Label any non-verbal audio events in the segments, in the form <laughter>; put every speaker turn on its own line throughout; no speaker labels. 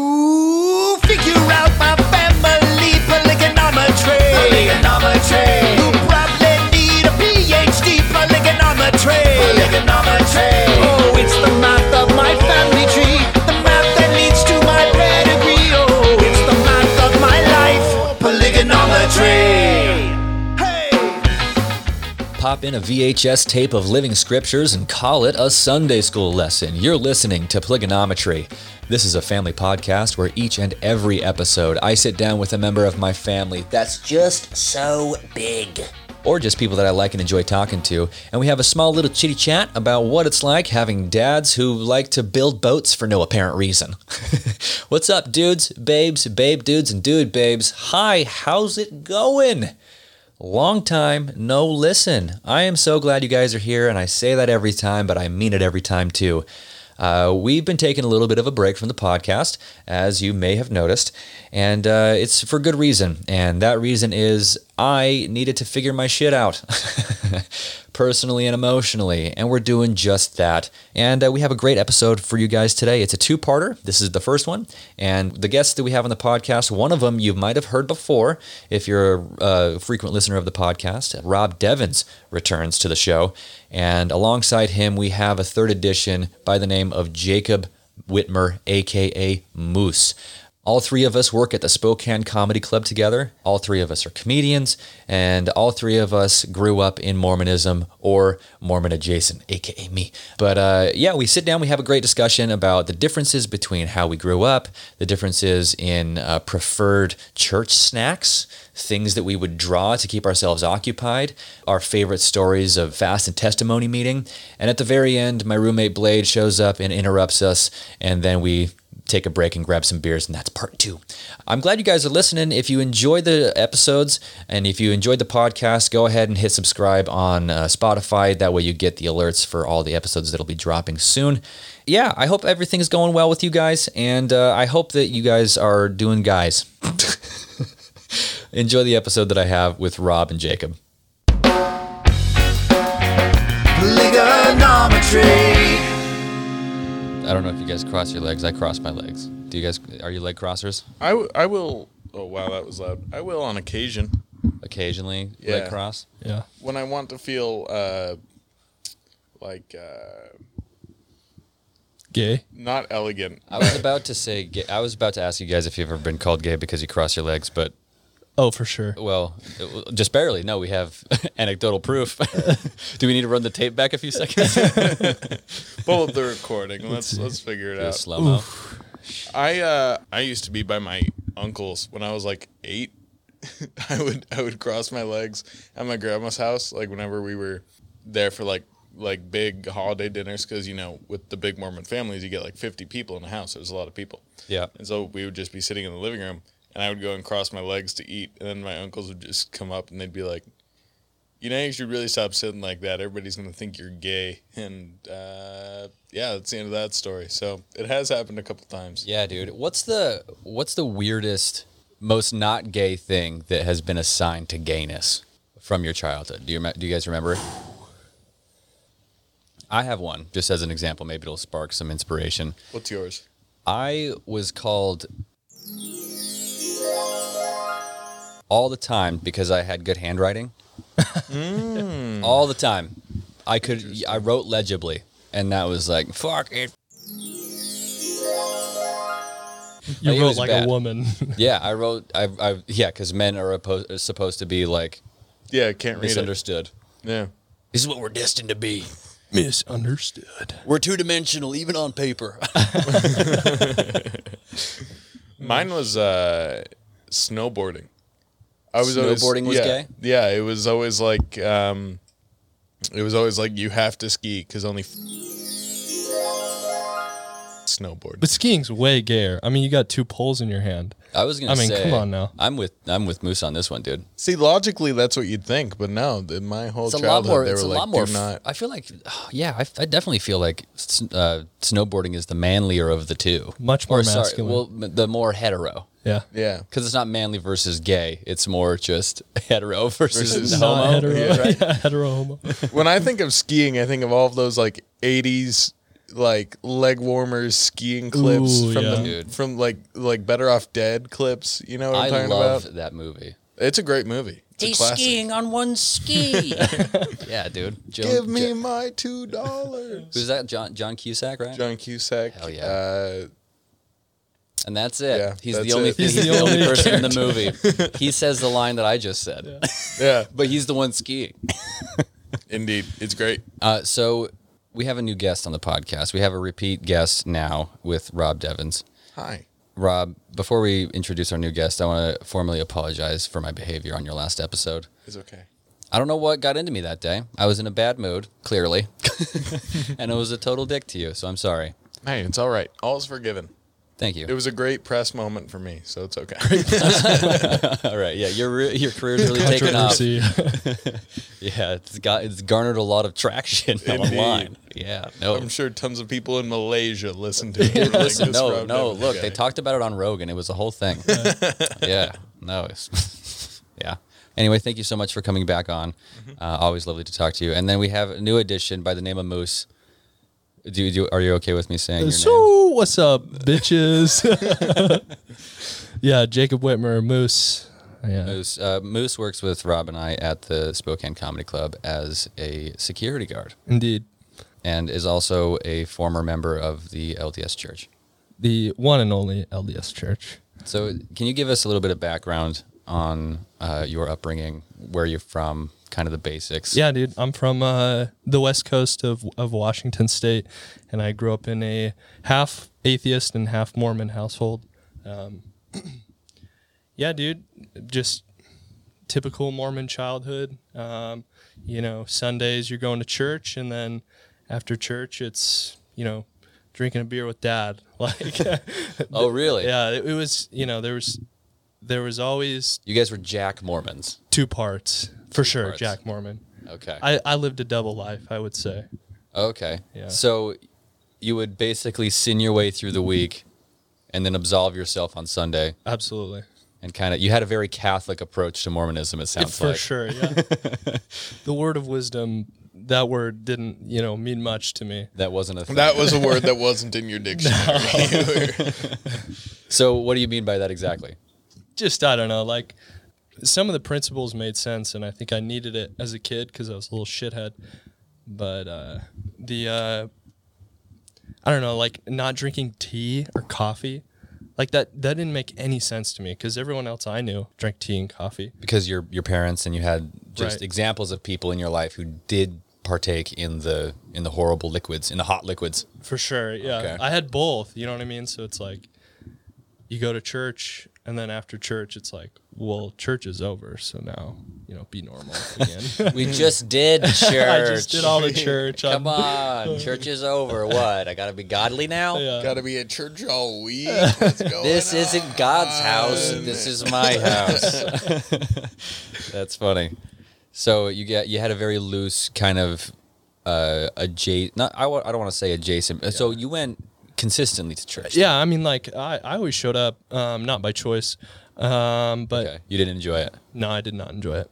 to figure out my family polygonometry. Polygonometry. You probably need a PhD polygonometry. Polygonometry. Oh, it's the math of my family tree. The math that leads to my pedigree. Oh, it's the math of my life. Polygonometry. Hey!
Pop in a VHS tape of Living Scriptures and call it a Sunday school lesson. You're listening to Polygonometry. This is a family podcast where each and every episode I sit down with a member of my family that's just so big, or just people that I like and enjoy talking to, and we have a small little chitty chat about what it's like having dads who like to build boats for no apparent reason. <laughs> What's up, dudes, babes, babe dudes, and dude babes? Hi, how's it going? Long time, no listen. I am so glad you guys are here, and I say that every time, but I mean it every time too. Uh, we've been taking a little bit of a break from the podcast, as you may have noticed, and uh, it's for good reason. And that reason is I needed to figure my shit out <laughs> personally and emotionally, and we're doing just that. And uh, we have a great episode for you guys today. It's a two parter. This is the first one, and the guests that we have on the podcast, one of them you might have heard before if you're a uh, frequent listener of the podcast. Rob Devins returns to the show, and alongside him, we have a third edition by the name of Jacob Whitmer, aka Moose. All three of us work at the Spokane Comedy Club together. All three of us are comedians, and all three of us grew up in Mormonism or Mormon adjacent, aka me. But uh, yeah, we sit down, we have a great discussion about the differences between how we grew up, the differences in uh, preferred church snacks, things that we would draw to keep ourselves occupied, our favorite stories of fast and testimony meeting, and at the very end, my roommate Blade shows up and interrupts us, and then we take a break and grab some beers, and that's part two. I'm glad you guys are listening. If you enjoy the episodes and if you enjoyed the podcast, go ahead and hit subscribe on uh, Spotify. That way, you get the alerts for all the episodes that'll be dropping soon. Yeah, I hope everything's going well with you guys, and uh, I hope that you guys are doing guys. enjoy the episode that I have with Rob and Jacob.
Polygonometry.
I don't know if you guys cross your legs. I cross my legs. Do you guys are you leg crossers?
I, w- I will. Oh wow, that was loud. I will on occasion
Occasionally,
Yeah.
leg cross.
Yeah.
when I want to feel uh, like uh,
Gay.
not elegant.
I was about to say, ga- I was about to ask you guys if you've ever been called gay because you cross your legs, but
Oh, for sure.
well, it- just barely. No, we have <laughs> anecdotal proof. <laughs> Do we need to run the tape back a few seconds?
Pull up the recording. Let's let's figure it out.
<laughs> Slow mo.
I uh, I used to be by my uncles when I was like eight. <laughs> I would I would cross my legs at my grandma's house, like whenever we were there for like like big holiday dinners, because you know with the big Mormon families, you get like fifty people in a house. There's a lot of people.
Yeah.
And so we would just be sitting in the living room, and I would go and cross my legs to eat, and then my uncles would just come up and they'd be like, "You know, you should really stop sitting like that. Everybody's gonna think you're gay." And uh, yeah, that's the end of that story. So it has happened a couple times.
Yeah, dude. What's the what's the weirdest, most not gay thing that has been assigned to gayness from your childhood? Do you rem- do you guys remember? it? I have one, just as an example. Maybe it'll spark some inspiration.
What's yours?
I was called all the time because I had good handwriting. all the time. I could I wrote legibly and that was like fuck it.
You
It
wrote
was
like
bad. <laughs>
a woman.
Yeah, I wrote I I yeah, cuz men are oppo- supposed to be like
Yeah, I can't read it.
misunderstood.
Yeah.
This is what we're destined to be.
Misunderstood.
We're two-dimensional even on paper. <laughs> Hmm.
Mine was uh, snowboarding. I was always-
Snowboarding was
yeah,
gay?
Yeah, it was always like um, it was always like you have to ski because only f- snowboard.
But skiing's way gayer. I mean, you got two poles in your hand.
I was going to
I mean,
say
come on now.
I'm with I'm with Moose on this one, dude.
See, logically, that's what you'd think, but no. In my whole
it's a lot
childhood,
more.
they
It's
were
a
like,
lot more.
"Do
f-
not."
I feel like, <sighs> yeah, I, I definitely feel like s- uh, snowboarding is the manlier of the two.
Much more
Or, sorry,
masculine.
well, m- the more hetero,
Yeah.
yeah,
because it's not manly versus gay. It's more just <laughs> hetero versus,
Versus
homo.
Not hetero. <laughs>
yeah,
yeah, hetero homo.
when I think of skiing, I think of all of those like '80s like leg warmers, skiing clips
Ooh,
from
yeah.
the,
Dude.
from like like Better Off Dead clips. You know what I
I
am talking
love
about?
that movie.
It's a great movie. It's a
He's
classic.
skiing on one ski. yeah, dude. Joan,
Give me
Jo-
my two dollars.
<laughs> who's that? John John Cusack, right?
John Cusack.
Hell yeah.
Uh,
And that's it.
Yeah,
he's
that's
the only
it.
he's,
He's
the
the
only
only
person in the movie.
<laughs>
He says the line that I just said,
yeah,
<laughs> but he's the one skiing.
indeed, it's great.
Uh, so we have a new guest on the podcast. We have a repeat guest now with Rob Devens.
Hi.
Rob, before we introduce our new guest, I want to formally apologize for my behavior on your last episode.
It's okay.
I don't know what got into me that day. I was in a bad mood, clearly, <laughs> and it was a total dick to you. So I'm sorry.
Hey, it's all right. All's forgiven.
Thank you.
It was a great press moment for me, so it's okay.
All right, yeah, your re- your career's really taken off.
Controversy. <laughs>
Yeah, it's got it's garnered a lot of traction
<laughs> Indeed.
online. Yeah, <laughs> no,
I'm sure tons of people in Malaysia listen
<laughs>
to it. They're like,
Listen,
"This
no,
Rob
no.
Devaney
Look,
guy."
they talked about it on Rogan. It was a whole thing. <laughs> yeah, no, it's, <laughs> yeah. Anyway, thank you so much for coming back on.
Mm-hmm.
Uh, always lovely to talk to you. And then we have a new addition by the name of Moose. Do you do? Are you okay with me saying your name?
so what's up, bitches? <laughs> yeah, Jacob Whitmer, Moose. Yeah.
Moose, uh, Moose works with Rob and I at the Spokane Comedy Club as a security guard,
Indeed.
and is also a former member of the LDS Church.
The one and only LDS Church.
So, can you give us a little bit of background on uh, your upbringing, where you're from, kind of the basics?
Yeah, dude. I'm from uh, the west coast of, of Washington State, and I grew up in a half atheist and half Mormon household. Um, <clears throat> yeah, dude. Just typical Mormon childhood. Um, you know, Sundays you're going to church, and then after church, it's, you know, drinking a beer with dad. <laughs> Like,
Oh, really?
yeah, it, it was, you know, there was. There was always
You guys were Jack Mormons.
two parts for sure.
parts.
Jack Mormon.
Okay.
I, I lived a double life, I would say.
okay.
Yeah.
So, you would basically sin your way through the week, and then absolve yourself on Sunday,
Absolutely.
and kind of you had a very Catholic approach to Mormonism. It sounds
For
like.
sure, yeah. the word of wisdom, that word didn't, you know, mean much to me.
That wasn't a thing.
That was a word that wasn't in your dictionary.
<laughs>
so, what do you mean by that exactly?
Just I don't know, like some of the principles made sense and I think I needed it as a kid cuz I was a little shithead. But uh the uh I don't know, like not drinking tea or coffee. Like that that didn't make any sense to me cuz everyone else I knew drank tea and coffee.
Because your your parents and you had just
Right.
examples of people in your life who did partake in the in the horrible liquids, in the hot liquids.
For sure. Yeah.
Okay.
I had both. You know what I mean? So it's like you go to church and then after church it's like, well, church is over, so now, you know, be
<laughs>
normal again.
We just did church.
Hmm. <laughs> I just did all <laughs> the church. Um,
Come
I'm-
on, church is
<laughs>
over. What? I gotta be godly
<laughs>
now.
Yeah.
Got to be at church all week.
<laughs>
What's going
This
on?
isn't God's house. This is my house.
<laughs>
That's funny. So you get you had a very loose kind of uh adjacent. Not I, wa- I don't want to say adjacent. So you went consistently to church.
Yeah, I mean like I, I always showed up, um, not by choice. Um, but
Okay. You didn't enjoy it.
no, I did not enjoy it.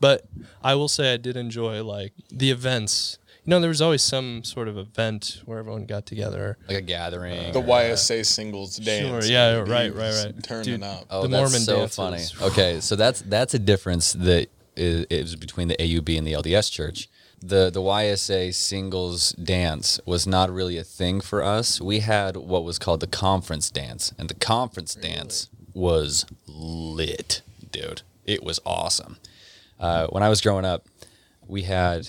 But I will say I did enjoy like the events. You know, there was always some sort of event where everyone got together.
Like a gathering.
The
or-
YSA singles dance.
yeah,
Dude,
right, right, right.
Turning
Dude.
up.
Oh,
the
that's
Mormon
so
dances.
funny. Okay, so that's that's a difference that is, is between the AUB and the LDS Church. The the YSA singles dance was not really a thing for us. We had what was called the conference dance, and the conference dance was lit, dude. It was awesome. Uh, when I was growing up, we had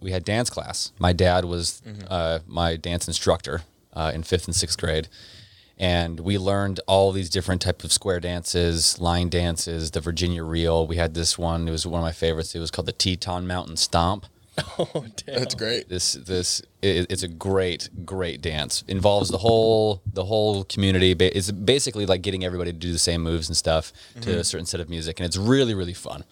we had dance class. My dad was
Mm-hmm.
uh, my dance instructor uh, in fifth and sixth grade, and we learned all these different type of square dances, line dances, the Virginia reel. We had this one; it was one of my favorites. It was called the Teton Mountain Stomp.
Oh damn.
That's great.
This this i it's a great great dance. Involves the whole the whole community. Ba- It's basically like getting everybody to do the same moves and stuff to a certain set of music, and it's really really fun.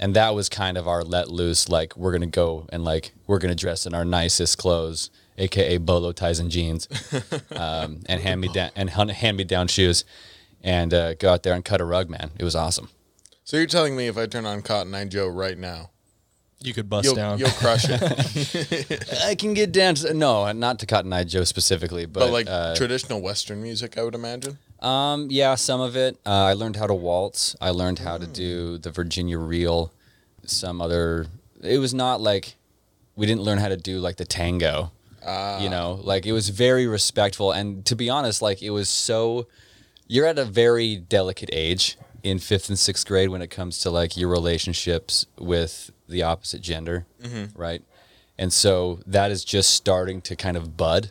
And that was kind of our let loose. Like we're gonna go and like we're gonna dress in our nicest clothes, aka bolo ties and <laughs> jeans, um, and hand me down and hand me down shoes, and uh, go out there and cut a rug, man. It was awesome.
So you're telling me if I turn on Cotton Eye Joe right now,
you could bust
You'll,
down.
you'll crush it.
I can get down to no, not to Cotton Eye Joe specifically, but,
but like
uh,
traditional Western music, I would imagine.
um, yeah, some of it. Uh, I learned how to waltz. I learned how to do the Virginia reel. Some other. It was not like we didn't learn how to do like the tango. you know, like it was very respectful, and to be honest, like it was so. You're at a very delicate age in fifth and sixth grade when it comes to like your relationships with the opposite gender, right? And so that is just starting to kind of bud.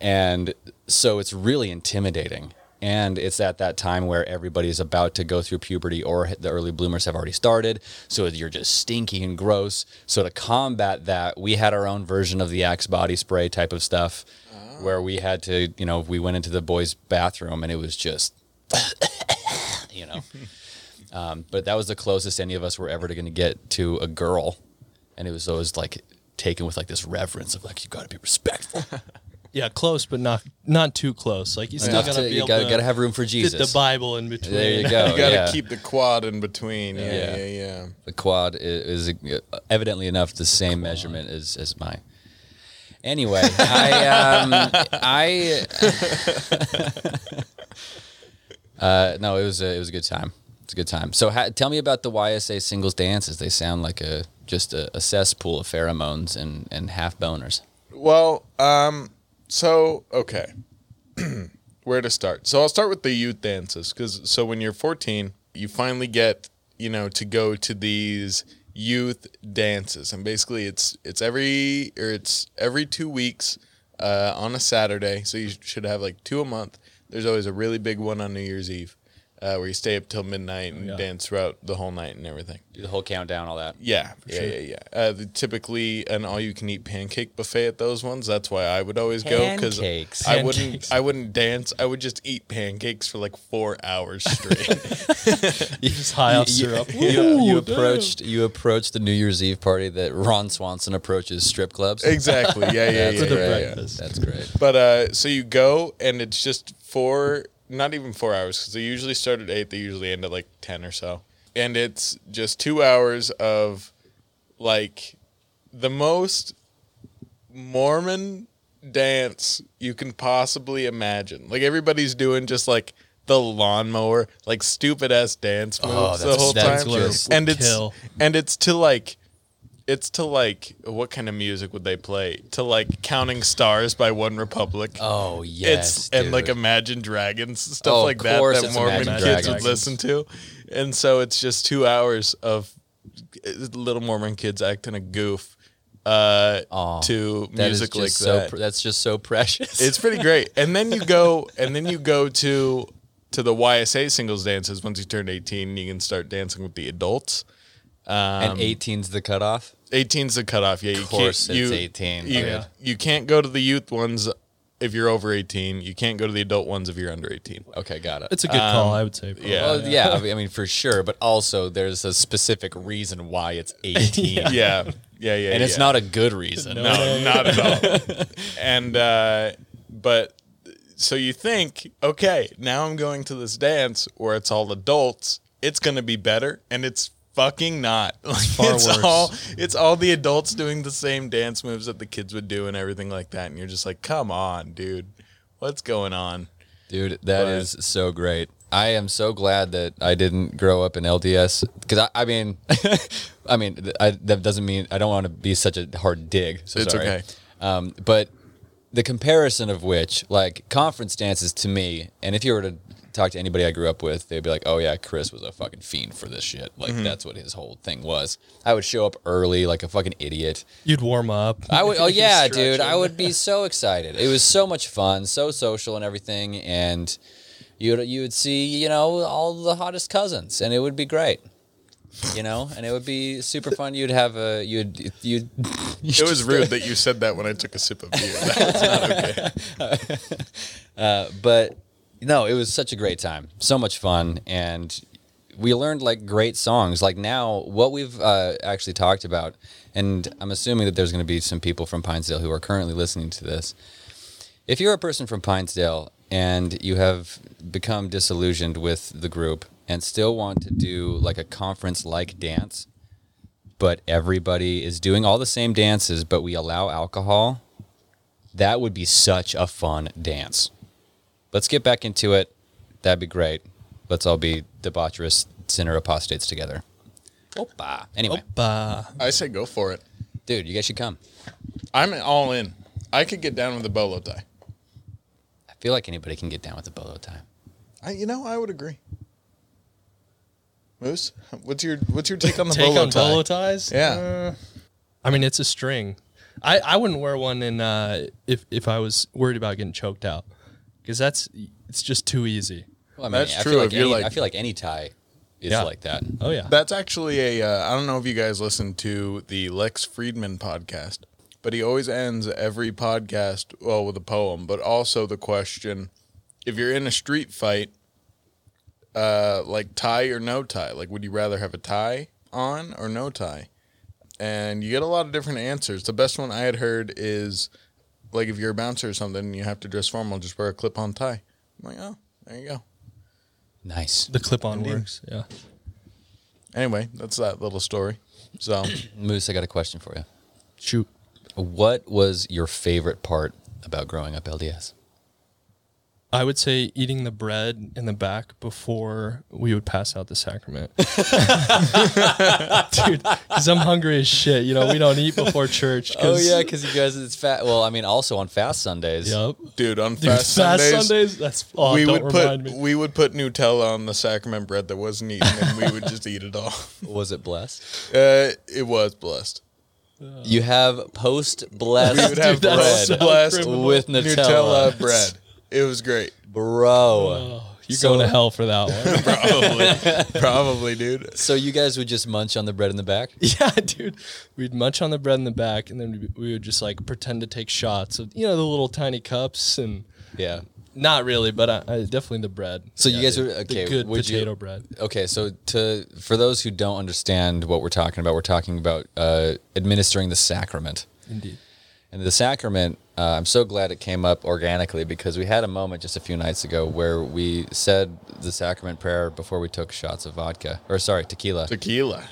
And so it's really intimidating. And it's at that time where everybody's about to go through puberty or the early bloomers have already started. So you're just stinky and gross. So to combat that, we had our own version of the Axe body spray type of stuff where we had to, you know, we went into the boys' bathroom and it was just, <coughs> you know. um, but that was the closest any of us were ever going to get to a girl. And it was always like taken with like this reverence of like, you got to be respectful.
<laughs> yeah, close, but not not too close. Like you still
Enough
gotta
to-
be
you
able
gotta,
to
gotta have room for
fit
Jesus.
the Bible in between.
There
<laughs>
you go.
Oh,
You got to
yeah.
keep the quad in between. Yeah, yeah,
Yeah.
yeah.
the quad i- is, is evidently enough the same measurement as as mine. Anyway, I um, I <laughs> uh, no, it was a, it was a good time. It's a good time. So ha- tell me about the YSA singles dances. They sound like a just a, a cesspool of pheromones and and half boners.
Well, um, so okay, <clears throat> where to start? So I'll start with the youth dances because so when you're 14, you finally get you know to go to these youth dances, and basically it's it's every or it's every two weeks uh, on a Saturday. So you should have like two a month. There's always a really big one on New Year's Eve uh, where you stay up till midnight and dance throughout the whole night and everything.
Do the whole countdown, all that.
Yeah, yeah, yeah, yeah. Uh, the, typically, an all-you-can-eat pancake buffet at those ones. That's why I would always go because
Pancakes.
I wouldn't.
Pancakes.
I wouldn't dance. I would just eat pancakes for like four hours
<laughs>
straight.
Just high off syrup.
You, you approached you approached the New Year's Eve party that Ron Swanson approaches strip clubs.
exactly. Yeah, yeah, yeah.
That's
yeah,
great.
yeah.
breakfast.
That's great.
But uh, so you go, and it's just four, not even four hours, because they usually start at eight. They usually end at like ten or so, and it's just two hours of like the most Mormon dance you can possibly imagine. Like everybody's doing just like the lawnmower, like stupid ass dance moves the
Oh, that's-
whole
that's
time,
just-
and it's
Kill.
and it's to like it's to like what kind of music would they play? To like Counting Stars by One Republic.
Oh
it's
yes,
and like
dude.
Imagine Dragons stuff
Oh, of
like that
course
that
it's
Mormon
Imagine
kids would
Dragons.
listen to, and so it's just two hours of uh, little Mormon kids acting a goof uh,
Aw,
to
That is
music like
just so
that.
pr- that's just so precious.
it's pretty great. And then you go and then you go to to the YSA singles dances once you turn eighteen, you can start dancing with the adults.
and
Um,
18's the cutoff.
18's the cutoff. Yeah, you
course
can't,
it's
you,
18,
You,
dude.
you can't go to the youth ones if you're over 18. You can't go to the adult ones if you're under 18.
Okay, got it.
It's a good call, I would say. probably.
yeah.
well, Um, yeah.
<laughs>
I mean- I mean, for sure, but also there's a specific reason why it's
<laughs>
18,
Yeah, yeah, yeah.
and it's
yeah.
not a good reason.
No, not at all.
<laughs>
and uh, but so you think, okay, now I'm going to this dance where it's all adults. It's gonna be better, and it's fucking not. <laughs> Like,
far
it's
worse.
all it's all the adults doing the same dance moves that the kids would do and everything like that. And you're just like, come on, dude, what's going on?
Dude, that
But-
is so great. I am so glad that I didn't grow up in LDS because I, I mean, <laughs> I mean th- I, that doesn't mean I don't want to be such a hard dig. So
It's
sorry.
okay.
Um, but the comparison of which, like conference dances, to me, and if you were to talk to anybody I grew up with, they'd be like, "Oh yeah, Chris was a fucking fiend for this shit. Like
Mm-hmm.
that's what his whole thing was." I would show up early like a fucking idiot.
You'd warm up.
I
<laughs>
would. Oh yeah,
Stretching.
dude. I would be so excited. It was so much fun, so social and everything, and you would you would see you know all the hottest cousins, and it would be great. You know, and it would be super fun. You'd have a you'd <laughs> you.
It
<laughs>
was rude that you said that when I took a sip of beer. <laughs>
but no, it was such a great time. So much fun, and we learned like great songs. Like now, what we've uh, actually talked about, and I'm assuming that there's going to be some people from Pinesdale who are currently listening to this. If you're a person from Pinesdale and you have become disillusioned with the group and still want to do like a conference like dance, but everybody is doing all the same dances, but we allow alcohol, that would be such a fun dance. Let's get back into it. That'd be great. Let's all be debaucherous sinner apostates together. Opa. Anyway,
Oh. Bah.
I say go for it.
dude, you guys should come.
I'm all in. I could get down with a bolo tie.
I feel like anybody can get down with the bolo tie.
I, you know, I would agree. Moose, <laughs> what's your what's your take on the
Take
bolo
on
tie?
bolo ties?
Yeah.
Uh, I mean, it's a string. I, I wouldn't wear one in uh, if if I was worried about getting choked out, because that's it's just too easy.
Well, I mean,
That's
I
true,
Feel like
if you're
any,
like-
I feel like any tie is
Yeah.
like that.
Oh yeah.
That's actually a. Uh, I don't know if you guys listen to the Lex Friedman podcast, but he always ends every podcast well with a poem, but also the question: If you're in a street fight, uh, like tie or no tie, like would you rather have a tie on or no tie? And you get a lot of different answers. The best one I had heard is like if you're a bouncer or something, and you have to dress formal, just wear a clip-on tie. I'm like, oh, there you go.
Nice.
the clip on
Indeed.
works. Yeah.
Anyway, that's that little story. So.
Moose, I got a question for you.
Shoot.
What was your favorite part about growing up LDS?
I would say eating the bread in the back before we would pass out
<laughs>
the sacrament. Dude, because I'm hungry as shit. You know, we don't eat before church.
Oh
'cause-
yeah, because you guys it's fat. Well, I mean, also on fast Sundays.
Yep.
Dude, on
Dude,
fast,
fast
Sundays,
Sundays, that's oh,
we
don't
would put
remind me.
we would put Nutella on the sacrament bread that wasn't eaten, and we would just eat it
<laughs>
all. <laughs>
Was it blessed?
Uh, it was blessed.
Uh, You have post blessed.
We would have
that's
bread
so
blessed
criminal.
with Nutella, Oh.
Nutella bread. It was <laughs> great.
bro.
You're
So-
going to hell for that
<laughs>
one.
<laughs> Probably, probably, dude.
So you guys would just munch on the bread in the back.
yeah, dude. We'd munch on the bread in the back, and then we would just like pretend to take shots of you know the little tiny cups and
Yeah.
not really, but I, I, definitely the bread.
So you guys
dude.
would- okay,
The good
would you-
potato bread.
Okay, so to for those who don't understand what we're talking about, we're talking about uh, administering the sacrament.
Indeed.
And the sacrament, uh, I'm so glad it came up organically because we had a moment just a few nights ago where we said the sacrament prayer before we took shots of vodka or sorry, tequila.
Tequila.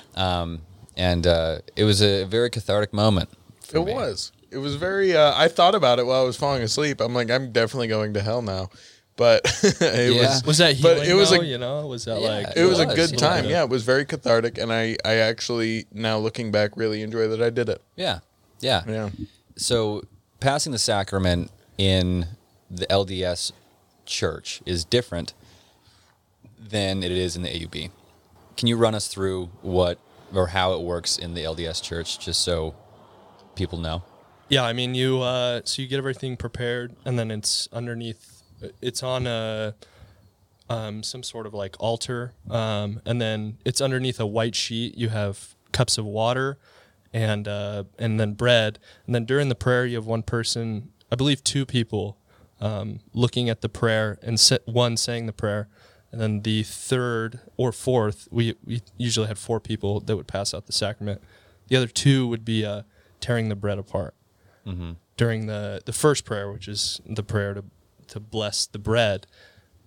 and uh, it was a very cathartic moment. for
it
me.
was. It was very. Uh, I thought about it while I was falling asleep. I'm like, I'm definitely going to hell now. But <laughs> it
Yeah.
was.
Was that
But
healing?
it was
though,
a
you know, was that
Yeah,
like
it was, a
was,
good
yeah.
time. Yeah, it was very cathartic, and I, I actually now looking back really enjoy that I did it.
Yeah. Yeah.
Yeah,
So passing the sacrament in the LDS church is different than it is in the AUB. Can you run us through what or how it works in the LDS church just so people know?
Yeah, I mean, you uh, so you get everything prepared, and then it's underneath. It's on a um, some sort of like altar, um, and then it's underneath a white sheet. You have cups of water, and uh, and then bread, and then during the prayer, you have one person, I believe, two people um, looking at the prayer, and sa- one saying the prayer, and then the third or fourth. We we usually had four people that would pass out the sacrament. The other two would be uh, tearing the bread apart
Mm-hmm.
during the the first prayer, which is the prayer to to bless the bread.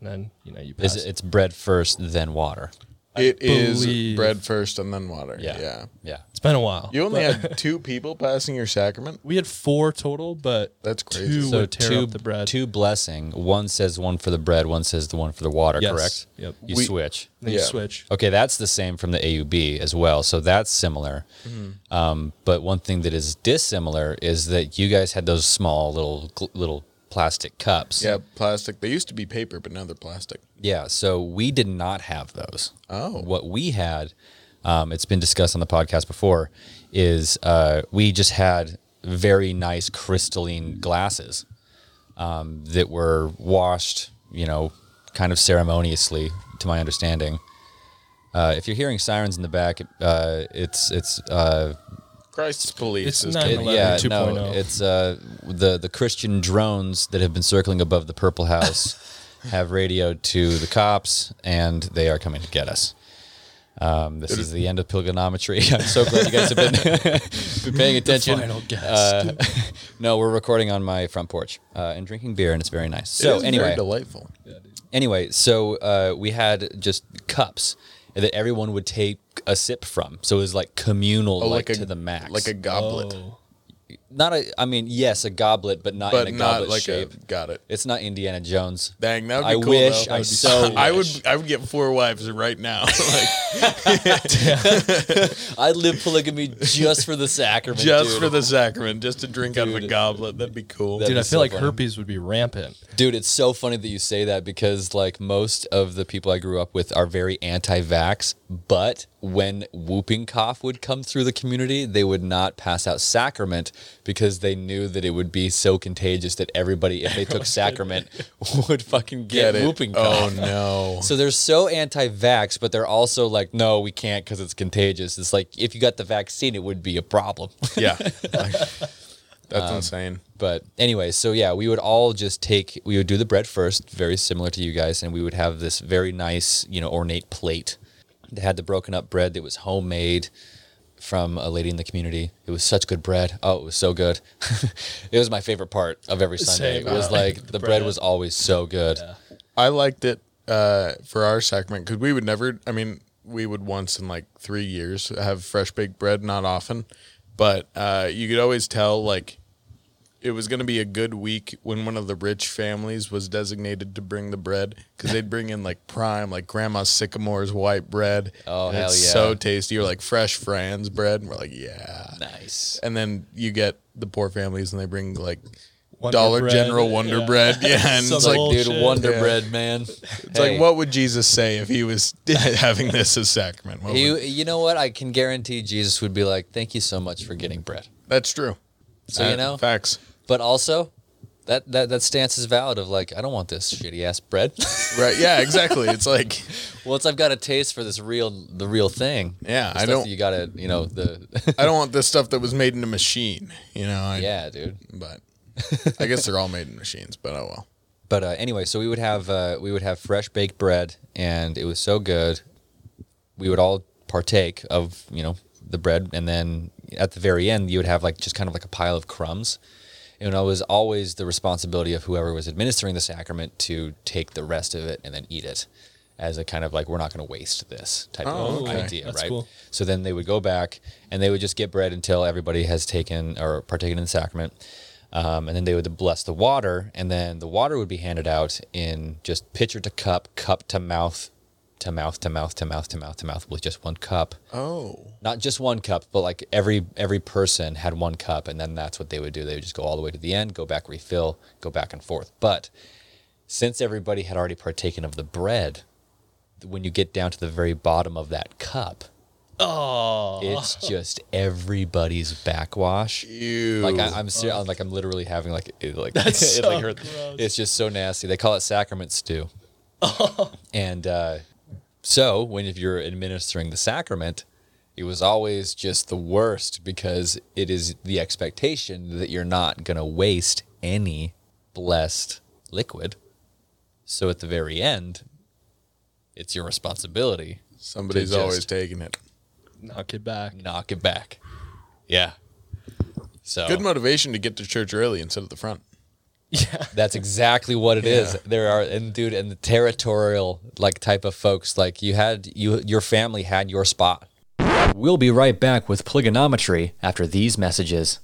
And then you know you pass.
Is it, it's bread first then water.
it is
believe-
bread first and then water.
Yeah.
Yeah,
Yeah.
it's been a while.
You only
<laughs>
had two people passing your sacrament.
we had four total, but
That's crazy.
Two
So
would tear
two
up the bread.
two blessing, one says one for the bread, one says the one for the water,
Yes.
correct?
Yep.
You
We-
switch.
Then you
Yeah.
switch.
Okay, that's the same from the AUB as well. So that's similar. Um, but one thing that is dissimilar is that you guys had those small little gl- little plastic cups.
Yeah, plastic. They used to be paper, but now they're plastic.
Yeah. So we did not have those.
Oh.
What we had, um, it's been discussed on the podcast before, is uh, we just had very nice crystalline glasses um, that were washed, you know, kind of ceremoniously, to my understanding. Uh, if you're hearing sirens in the back, uh, it's it's uh,
Christ's police
It's
is
not-
coming.
it-
9/11,
yeah, no,
oh.
2.0.
it's uh, the the Christian drones that have been circling above the Purple House
<laughs>
have radioed to the cops, and they are coming to get us. Um, this is the end of pilgrimetry. <laughs> I'm so glad you guys
<laughs>
have been, been paying attention.
final guest.
Uh, <laughs> no, we're recording on my front porch uh, and drinking beer, and it's very nice.
It
So
is
anyway,
very delightful.
anyway, so uh, we had just cups that everyone would take a sip from. So it was like communal,
Oh,
like,
like a-
to the max.
like a goblet,
Oh.
not a. I mean, yes, a goblet, but not
but
in a
not
goblet
like
shape.
a. Got it.
It's not Indiana Jones.
Dang, that would be
I
cool.
wish.
though. That
I
would be
so
sick. <laughs> I
wish.
would. I would get four wives right now. <laughs> like,
I'd live polygamy just for the
<laughs>
sacrament.
just
<laughs> dude.
for the sacrament, just to drink out of a goblet. That'd be cool.
That'd
Dude, I
be so
feel like
funny.
herpes would be rampant.
Dude, it's so funny that you say that because like most of the people I grew up with are very anti-vax, but when whooping cough would come through the community, they would not pass out sacrament because they knew that it would be so contagious that everybody if
<laughs>
they took sacrament <laughs> would fucking get,
Get it.
whooping
Oh
cough.
no.
<laughs> So they're so anti-vax, but they're also like, no, we can't because it's contagious. It's like if you got the vaccine, it would be a problem. <laughs>
yeah. Like, <laughs> that's
Um,
insane.
But anyway, so yeah, we would all just take, we would do the bread first, very similar to you guys, and we would have this very nice, you know, ornate plate that had the broken up bread that was homemade from a lady in the community. It was such good bread. Oh, it was so good. <laughs> it was my favorite part of every Sunday.
Same,
it was
uh,
like the,
the
bread.
bread.
was always so good.
I liked it uh, for our sacrament because we would never. I mean, we would once in like three years have fresh baked bread, not often, but uh, you could always tell like it was going to be a good week when one of the rich families was designated to bring the bread because they'd bring in like prime, like Grandma Sycamore's white bread.
Oh,
and
hell
it's
yeah.
So tasty, or like fresh Fran's bread, and we're like, yeah.
Nice.
And then you get the poor families and they bring like.
Wonder
Dollar
Bread,
General Wonder
yeah.
Bread, <laughs> yeah, and
Some
it's like,
bullshit.
Dude, Wonder
Yeah.
Bread, man.
it's like, what would Jesus say if he was <laughs> having this as sacrament? What
You,
would-
you know what? I can guarantee Jesus would be like, thank you so much for getting bread.
that's true. Uh,
So, you know,
facts.
but also that, that that stance is valid of like i don't want this shitty ass bread <laughs>
Right? Yeah, exactly. It's like,
once i've got a taste for this real the real thing
Yeah,
the
I
stuff
don't-
that you gotta you know the <laughs>
I don't want this stuff that was made in a machine. You know? I,
yeah dude
But I guess they're all made in machines. But oh well.
but uh, anyway so we would have uh, we would have fresh baked bread and it was so good we would all partake of you know the bread and then at the very end you would have like just kind of like a pile of crumbs and it was always the responsibility of whoever was administering the sacrament to take the rest of it and then eat it as a kind of like we're not going to waste this type of
Oh, okay.
idea
That's
right
cool.
so then they would go back and they would just get bread until everybody has taken or partaken in the sacrament um, and then they would bless the water and then the water would be handed out in just pitcher to cup cup to mouth to mouth to mouth to mouth to mouth to mouth with just one cup
Oh.
not just one cup, but like every every person had one cup, and then that's what they would do. They would just go all the way to the end, go back, refill, go back and forth. But since everybody had already partaken of the bread, when you get down to the very bottom of that cup,
Oh,
it's just everybody's backwash.
You.
Like I, I'm serious, like I'm literally having like it, like <laughs>
That's
it, like,
so
hurt.
gross.
it's just so nasty. They call it sacrament stew.
Oh.
and uh, so when if you're administering the sacrament, it was always just the worst because it is the expectation that you're not gonna waste any blessed liquid. So at the very end, it's your responsibility
Somebody's
to just-
always taking it.
knock it back.
knock it back. Yeah. So
Good motivation to get to church early and sit at the front.
Yeah.
That's exactly what it
<laughs>
is.
Yeah.
There are and dude and the territorial like type of folks like you had you your family had your spot.
We'll be right back with Pligonometry after these messages.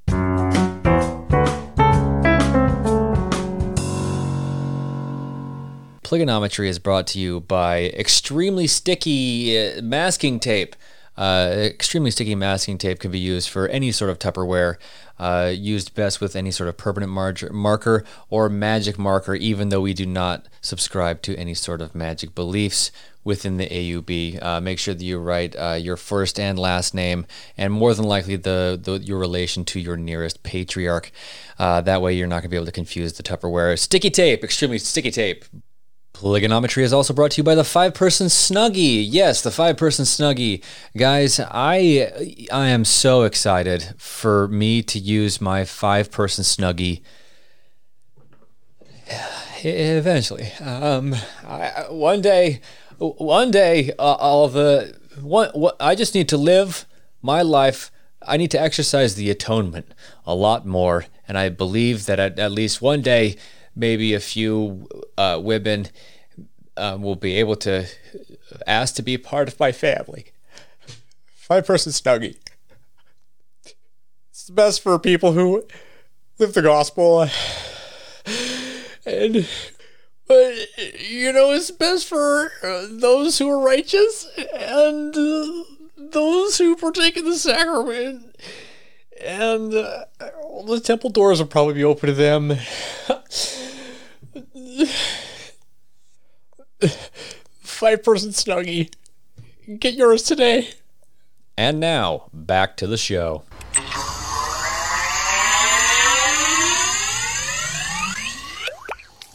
Pligonometry is brought to you by extremely sticky uh, masking tape. Uh, extremely sticky masking tape can be used for any sort of Tupperware, uh, used best with any sort of permanent marg- marker or magic marker, even though we do not subscribe to any sort of magic beliefs within the AUB. Uh, make sure that you write uh, your first and last name, and more than likely the, the your relation to your nearest patriarch. Uh, that way, you're not going to be able to confuse the Tupperware. Sticky tape, extremely sticky tape. Polygonometry is also brought to you by the five person snuggie. Yes, the five person snuggie. Guys, I I am so excited for me to use my five person snuggie e-, eventually. Um, I, I- one day, one day, uh, all the one, what I just need to live my life. I need to exercise the atonement a lot more, and I believe that at, at least one day, maybe a few uh, women uh, um, will be able to ask to be part of my family.
five person snuggie. It's the best for people who live the gospel. And, but, you know, it's best for uh, those who are righteous and uh, those who partake in the sacrament. And uh, all the temple doors will probably be open to them. <laughs> Five person snuggie. Get yours today.
And now, back to the show.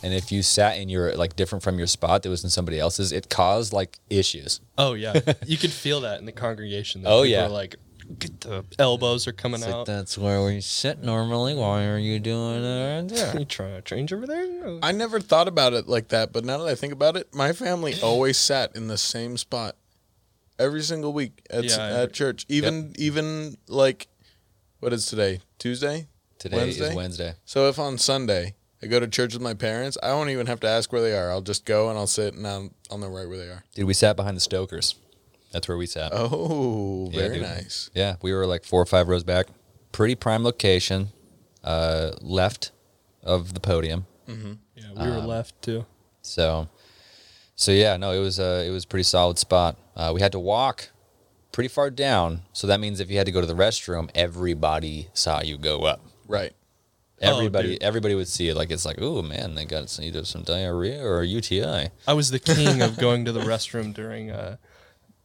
And if you sat in your, like, different from your spot that was in somebody else's, it caused, like, issues.
<laughs>
Oh yeah, you could feel that in the congregation. that
Oh,
people
yeah.
are like get the elbows are coming out.
that's where we sit normally. Why are you doing that right there?
Are <laughs> you trying to change over there? No.
I never thought about it like that, but now that I think about it, my
<clears throat>
family always sat in the same spot every single week at,
Yeah, I agree.
at church. Even even like what is today? Tuesday?
Today is Wednesday.
So if on Sunday I go to church with my parents, I won't even have to ask where they are. I'll just go and I'll sit and I'm on the right where they are.
Dude, we sat behind the Stokers. That's where we sat.
Oh,
Yeah,
very
dude.
nice.
Yeah, we were like four or five rows back. Pretty prime location, uh, left of the podium.
Yeah, we
Um,
were left too.
So, so yeah, no, it was a it was a pretty solid spot. Uh, we had to walk pretty far down, so that means if you had to go to the restroom, everybody saw you go up.
Right.
Oh,
Everybody,
dude.
everybody would see it. Like it's like, oh man, they got some, either some diarrhea or a UTI.
I was the
<laughs>
king of going to the restroom during uh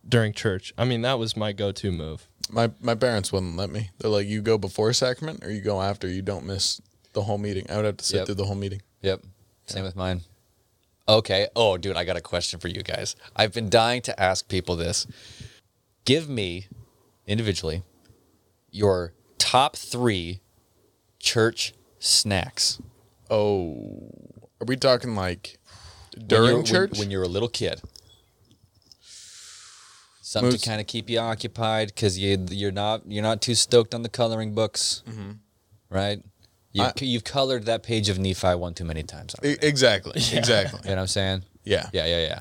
during church. I mean, that was my go-to move.
My my parents wouldn't let me. They're like, you go before sacrament or you go after. You don't miss the whole meeting. I would have to sit
Yep.
through the whole meeting.
Yep, same with mine.
Okay. Oh, dude, I got a question for you guys. I've been dying to ask people this. Give me individually your top three church snacks
Oh, are we talking like
When
during
you were- when-
church?
when, you're a little kid. Something
Moose.
to kind of keep you occupied because you you're not you're not too stoked on the coloring books,
Mm-hmm.
right? You
I-
you've colored that page of Nephi one too many times. You
E- exactly, exactly.
know what I'm saying?
Yeah.
Yeah, yeah, yeah.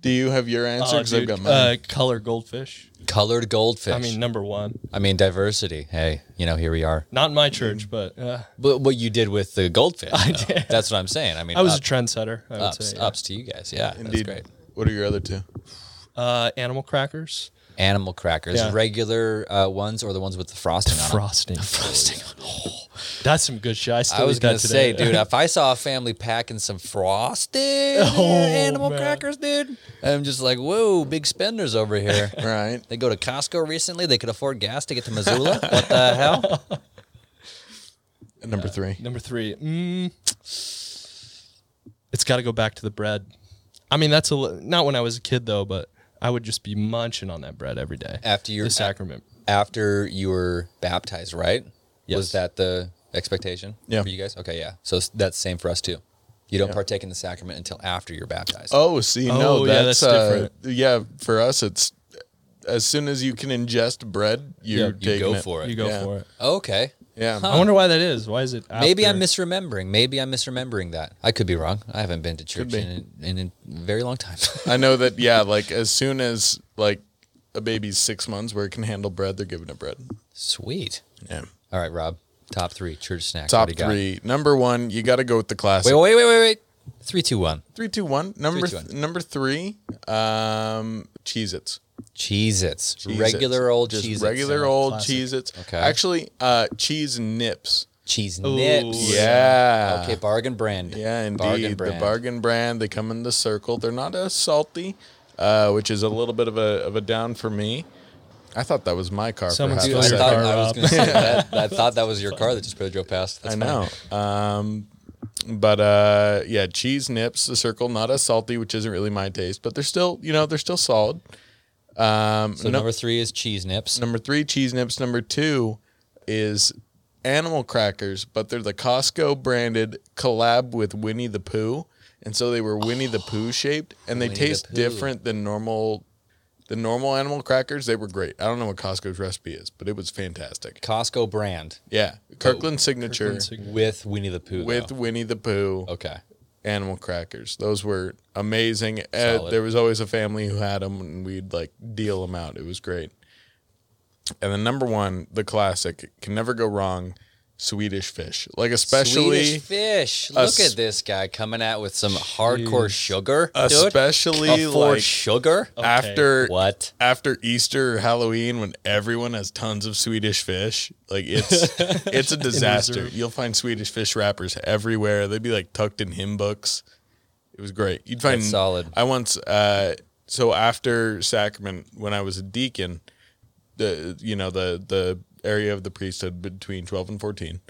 Do you have your answer?
Oh,
'Cause I've
dude,
got mine.
uh, color goldfish.
Colored goldfish.
I mean, number one.
I mean diversity. Hey, you know, here we are.
Not in my
Mm.
church, but uh,
But what you did with the goldfish. I did. That's what I'm saying. I mean,
<laughs> I was a
up-
trendsetter. I would
ups,
say.
ups to you guys. Yeah, that's
Indeed.
great.
What are your other two?
Uh, animal crackers,
Animal crackers,
Yeah.
regular uh, ones or the ones with the frosting on them.
frosting, frosting. <laughs> That's some good shit. I, still
I was
eat that
gonna say,
today.
dude, if
<laughs>
I saw a family packing some frosted animal
Oh, man.
crackers, dude, I'm just like, whoa, big spenders over here. <laughs>
Right.
They go to Costco recently. They could afford gas to get to
<laughs>
Missoula. what the hell?
And number three.
Number three, mm, it's got to go back to the bread. I mean, that's a li- not when I was a kid though, but I would just be munching on that bread every day
After you're
the sacrament.
after you were baptized, right? Was
Yes.
that the expectation
Yeah.
for you guys? Okay, yeah. So s- that's same for us too. You don't partake in the sacrament until after you're baptized.
Oh, see, no,
Oh, yeah,
that's,
that's
uh, Yeah, for us, it's as soon as you can ingest bread, you're
Yeah, you
taking
you go for it.
You go
yeah.
for it.
okay.
Yeah.
Oh. I wonder why that is. Why is it? After?
Maybe I'm misremembering. Maybe I'm misremembering that. I could be wrong. I haven't been to church
be.
in, in a very long time. <laughs>
I know that. Yeah, like as soon as like a baby's six months where it can handle bread, they're giving it bread.
Sweet.
Yeah.
All right, Rob. Top three church snacks.
Top
What do you got?
three. Number one, you got to go with the classic.
Wait, wait, wait, wait, wait. Three, two, one.
Three, two, one. Number
Three, two,
th- number three, um, Cheez-Its.
Cheez-Its.
Cheez-Its.
Regular old
Just
Cheez-Its.
Regular old
Classic.
Cheez-Its.
Okay.
Actually, uh, cheese nips.
cheese
Ooh,
nips.
Yeah.
Okay, bargain brand.
Yeah, indeed.
Bargain brand.
The bargain brand. They come in the circle. They're not as salty, uh, which is a little bit of a of a down for me. I thought that was my car.
Someone
for
Dude,
half a
I,
Fire
thought,
second.
car,
I was
Rob.
going
<laughs>
to say that. I thought that was your car that just drove past. That's
I
fine.
know. Um, but uh, yeah, cheese nips, the circle, not as salty, which isn't really my taste, but they're still, you know, they're still solid. Um,
So
no-
number three is cheese nips.
Number three, cheese nips. Number two is animal crackers, but they're the Costco branded collab with Winnie the Pooh. And so they were Winnie the
<sighs>
Pooh shaped and they
Winnie the
taste
Pooh.
different than normal the normal animal crackers. They were great. I don't know what Costco's recipe is, but it was fantastic.
Costco brand
Yeah. Kirkland signature
Kirkland Sig-
with Winnie the Pooh.
with
Oh, though.
Winnie the Pooh
okay.
animal crackers. Those were amazing. Uh,
Solid.
there was always a family who had them and we'd like deal them out. It was great. And then number one, the classic, can never go wrong, Swedish fish. Like especially
Swedish fish. Look
s-
at this guy coming out with some hardcore sugar. dude.
especially
A for
like
sugar.
after
What?
after Easter or Halloween when everyone has tons of Swedish fish. Like
<laughs>
it's it's a disaster. You'll find Swedish fish wrappers everywhere. They'd be like tucked in hymn books. It was great. You'd find
That's solid.
I once uh so after sacrament when I was a deacon, the you know, the the area of the priesthood between twelve and fourteen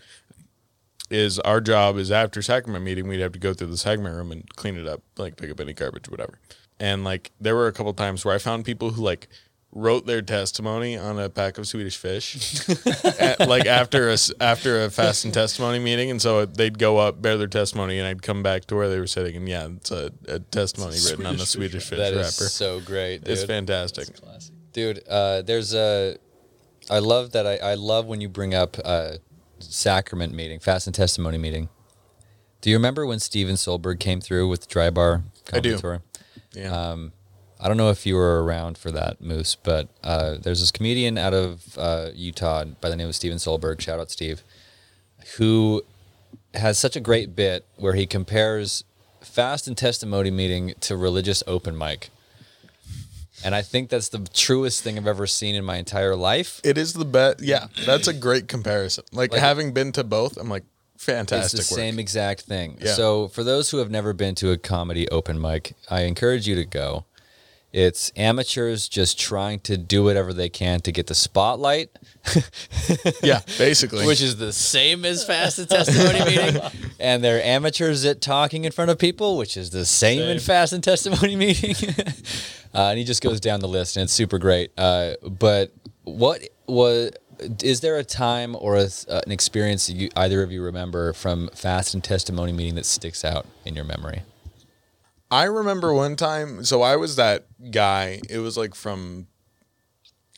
is our job is after sacrament meeting we'd have to go through the sacrament room and clean it up like pick up any garbage whatever and like there were a couple times where i found people who like wrote their testimony on a pack of swedish
<laughs>
fish at- like after a s- after a fast and testimony meeting and so they'd go up bear their testimony and i'd come back to where they were sitting and yeah it's a, a testimony written on the swedish fish
That
wrapper
is so great, dude.
it's fantastic
dude uh, there's a i love that I, I love when you bring up uh, sacrament meeting fast and testimony meeting do you remember when steven solberg came through with the dry bar
I do.
tour? Um,
yeah
I don't know if you were around for that, Moose, but uh, there's this comedian out of uh, Utah by the name of Steven Solberg. Shout out Steve, who has such a great bit where he compares fast and testimony meeting to religious open mic. And I think that's the truest thing I've ever seen in my entire life.
it is the best yeah that's a
<laughs>
great comparison like, having been to both i'm like
It's
fantastic
the
work. <laughs>
same exact thing.
Yeah.
So for those who have never been to a comedy open mic, I encourage you to go. It's amateurs just trying to do whatever they can to get the spotlight,
yeah basically
which is the same as
Fast and
<laughs>
testimony meeting.
and they're amateurs at talking in front of people, which is the same, in fast and testimony <laughs> meeting. uh, and he just goes down the list, and it's super great. Uh, but what was is there a time or a, uh, an experience that you either of you remember from fast and testimony meeting that sticks out in your memory?
I remember one time, so I was that guy. It was like from,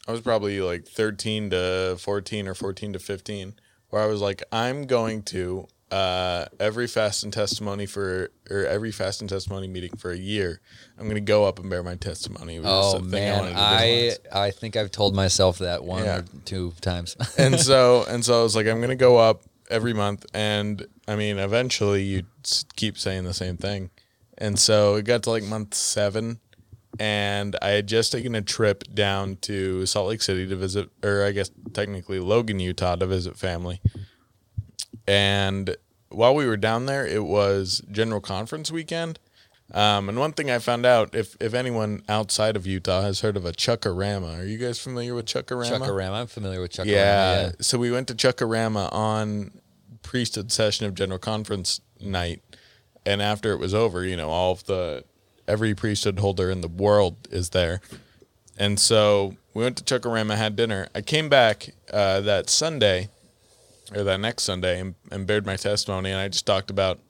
I was probably like 13 to 14 or 14 to 15, where I was like, I'm going to uh, every fast and testimony for, or every fast and testimony meeting for a year, I'm going to go up and bear my testimony. It was just
Oh
a thing I
man,
wanted to do
I
once.
I think I've told myself that one
Yeah.
or two times. <laughs>
and so, and so I was like, I'm going to go up every month. And I mean, eventually you s- keep saying the same thing. And so it got to like month seven, and I had just taken a trip down to Salt Lake City to visit, or I guess technically Logan, Utah, to visit family. And while we were down there, it was General Conference weekend. Um, and one thing I found out, if if anyone outside of Utah has heard of a chuckarama, are you guys familiar with chuckarama?
Chuckarama, I'm familiar with Chuckarama.
Yeah.
yeah.
So we went to Chuckarama on priesthood session of general conference night, and after it was over, you know, all of the every priesthood holder in the world is there, and so we went to Chuckarama, had dinner. I came back uh, that Sunday, or that next Sunday, and, and bared my testimony, and I just talked about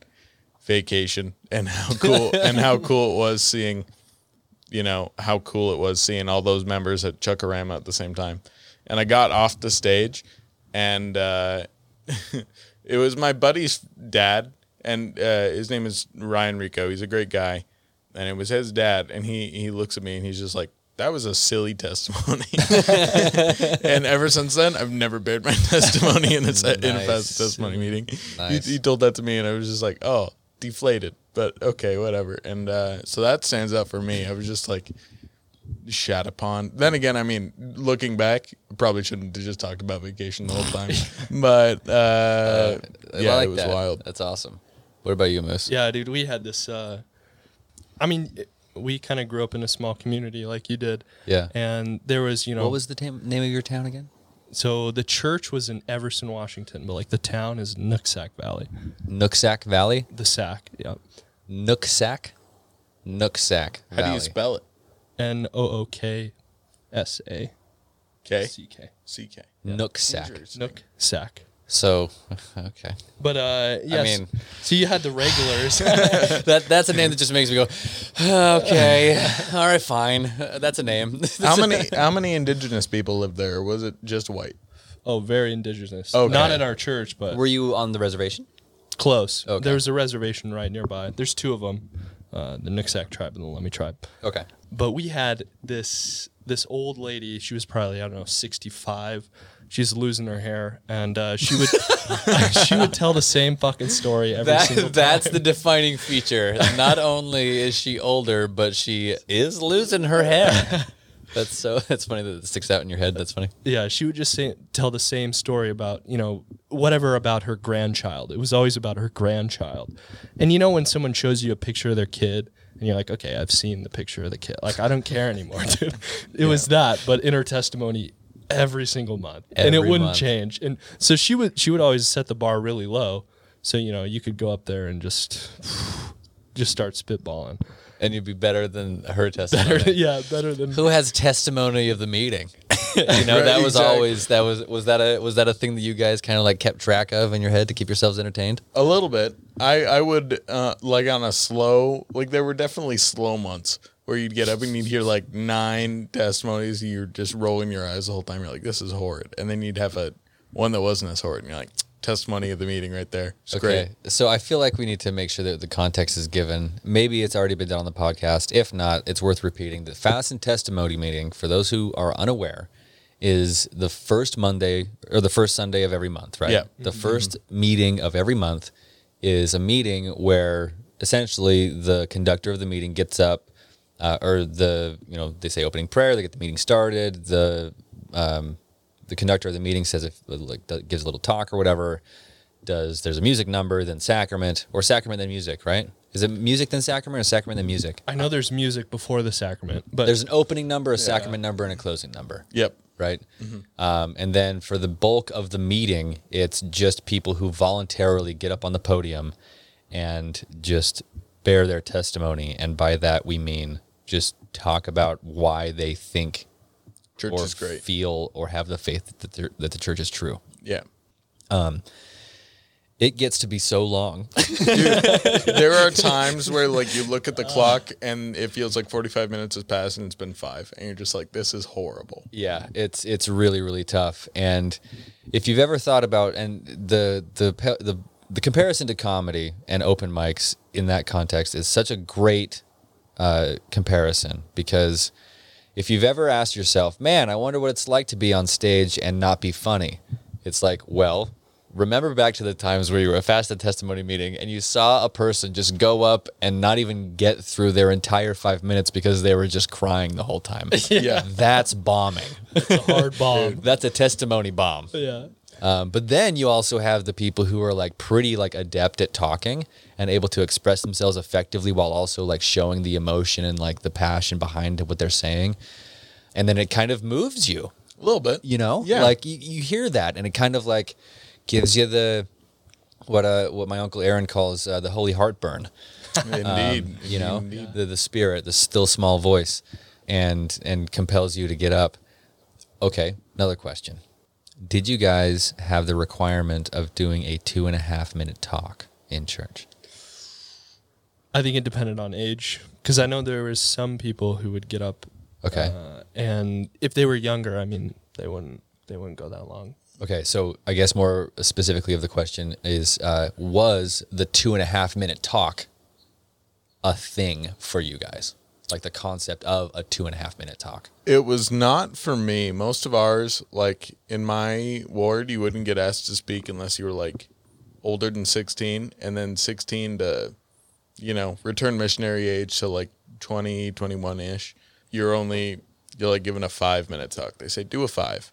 vacation and how cool and how cool it was seeing you know how cool it was seeing all those members at Chuckarama at the same time. And I got off the stage, and uh, <laughs> it was my buddy's dad, and uh, his name is Ryan Rico. He's a great guy, and it was his dad. And he he looks at me and he's just like, "That was a silly testimony." <laughs> and ever since then, I've never bared my <laughs> testimony in a, se- in a <laughs>
Nice.
fast testimony meeting.
Nice.
He, he told that to me, and I was just like, "Oh, deflated." But okay, whatever. And uh, so that stands out for me. I was just like shat upon. Then again, I mean, looking back, probably shouldn't have just talked about vacation the
<laughs>
whole time. but uh,
I
yeah,
like
it was
that.
wild.
That's awesome. What about you, Moose?
Yeah, dude, we had this. Uh, I mean, it- we kind of grew up in a small community like you did.
Yeah.
And there was, you know,
What was the tam- name of your town again?
so the church was in Everson, Washington, but like the town is Nooksack Valley.
Nooksack Valley.
The Sack, yeah.
Nooksack. Nooksack Valley.
How do you spell it?
N O O K S A
K
C K.
C K.
Nooksack.
Nook Sack.
So, <laughs> okay.
But uh, yes.
mean-
so you had the regulars. <laughs>
That that's a name that just makes me go, "Ah, okay, <laughs> all right, fine. Uh, That's a name. <laughs>
How many how many indigenous people lived there? Or was it just white?
oh, very indigenous.
Okay.
Not at our church, but
Were you on the reservation?
close.
Okay.
There was a reservation right nearby. There's two of them. uh, the Nooksack tribe and the Lummi tribe
Okay.
but we had this this old lady she was probably i don't know 65 she's losing her hair and uh, she would <laughs> she would tell the same fucking story every single
That, <laughs>
time
that's the defining feature. Not only is she older, but she is losing her <laughs> hair. That's so. That's funny that it sticks out in your head. That's funny.
yeah she would just say, tell the same story about you know whatever about her grandchild it was always about her grandchild and you know when someone shows you a picture of their kid and you're like okay i've seen the picture of the kid like i don't care anymore <laughs> dude it was that but in her testimony every single month and it
Every
wouldn't
month.
change and so she would she would always set the bar really low so you know you could go up there and just <sighs> just start spitballing <laughs>
And you'd be better than her testimony.
yeah better than
Who has testimony of the meeting? <laughs> you know, that was
exactly.
always that was was that a was that a thing that you guys kind of like kept track of in your head to keep yourselves entertained?
A little bit. I I would uh, like on a slow. Like there were definitely slow months where you'd get up and you'd hear like nine testimonies. And you're just rolling your eyes the whole time. You're like, this is horrid. And then you'd have a one that wasn't as horrid. And you're like, testimony of the meeting right there. It's great.
So I feel like we need to make sure that the context is given. Maybe it's already been done on the podcast. If not, it's worth repeating. The fast and testimony meeting, for those who are unaware, is the first Monday or the first Sunday of every month, right?
Yeah. Mm-hmm.
The 1st meeting of every month is a meeting where essentially the conductor of the meeting gets up, uh, or the you know they say opening prayer, they get the meeting started. The the conductor of the meeting says if like d- gives a little talk or whatever does there's a music number then sacrament or sacrament then music right is it music then sacrament or sacrament then music
i know there's music before the sacrament but
there's an opening number a sacrament number and a closing number
Yep.
right
Mm-hmm.
um, and then for the bulk of the meeting it's just people who voluntarily get up on the podium and just bear their testimony and by that we mean just talk about why they think
Church
or
is great.
feel or have the faith that, they're- that the church is true
yeah.
it gets to be so long.
There are times where like you look at the clock and it feels like 45 minutes has passed and it's been five and you're just like this is horrible.
<laughs> yeah, it's it's really really tough. And if you've ever thought about and the the pe- the the comparison to comedy and open mics in that context is such a great uh, comparison because if you've ever asked yourself, man, I wonder what it's like to be on stage and not be funny, it's like, well, remember back to the times where you were at fast and testimony meeting and you saw a person just go up and not even get through their entire five minutes because they were just crying the whole time.
Yeah.
That's bombing.
a
<laughs>
hard bomb
That's a testimony bomb.
yeah
Um, but then you also have the people who are like pretty like adept at talking and able to express themselves effectively while also like showing the emotion and like the passion behind what they're saying. And then it kind of moves you,
A little bit.
you know?
Yeah.
Like you, you hear that and it kind of like gives you the what uh what my uncle Aaron calls uh, the holy heartburn
indeed.
um, you know
Indeed.
the, the spirit the still small voice and and compels you to get up okay another question did you guys have the requirement of doing a two and a half minute talk in church
I think it depended on age because I know there was some people who would get up,
okay
uh, and if they were younger, I mean, they wouldn't they wouldn't go that long.
okay so i guess more specifically of the question is uh, was the two and a half minute talk a thing for you guys like the concept of a two and a half minute talk
It was not for me. Most of ours, like in my ward, you wouldn't get asked to speak unless you were like older than 16 and then 16 to, you know, return missionary age. So like 20, 21 ish. You're only, you're like given a five minute talk. They say do a five.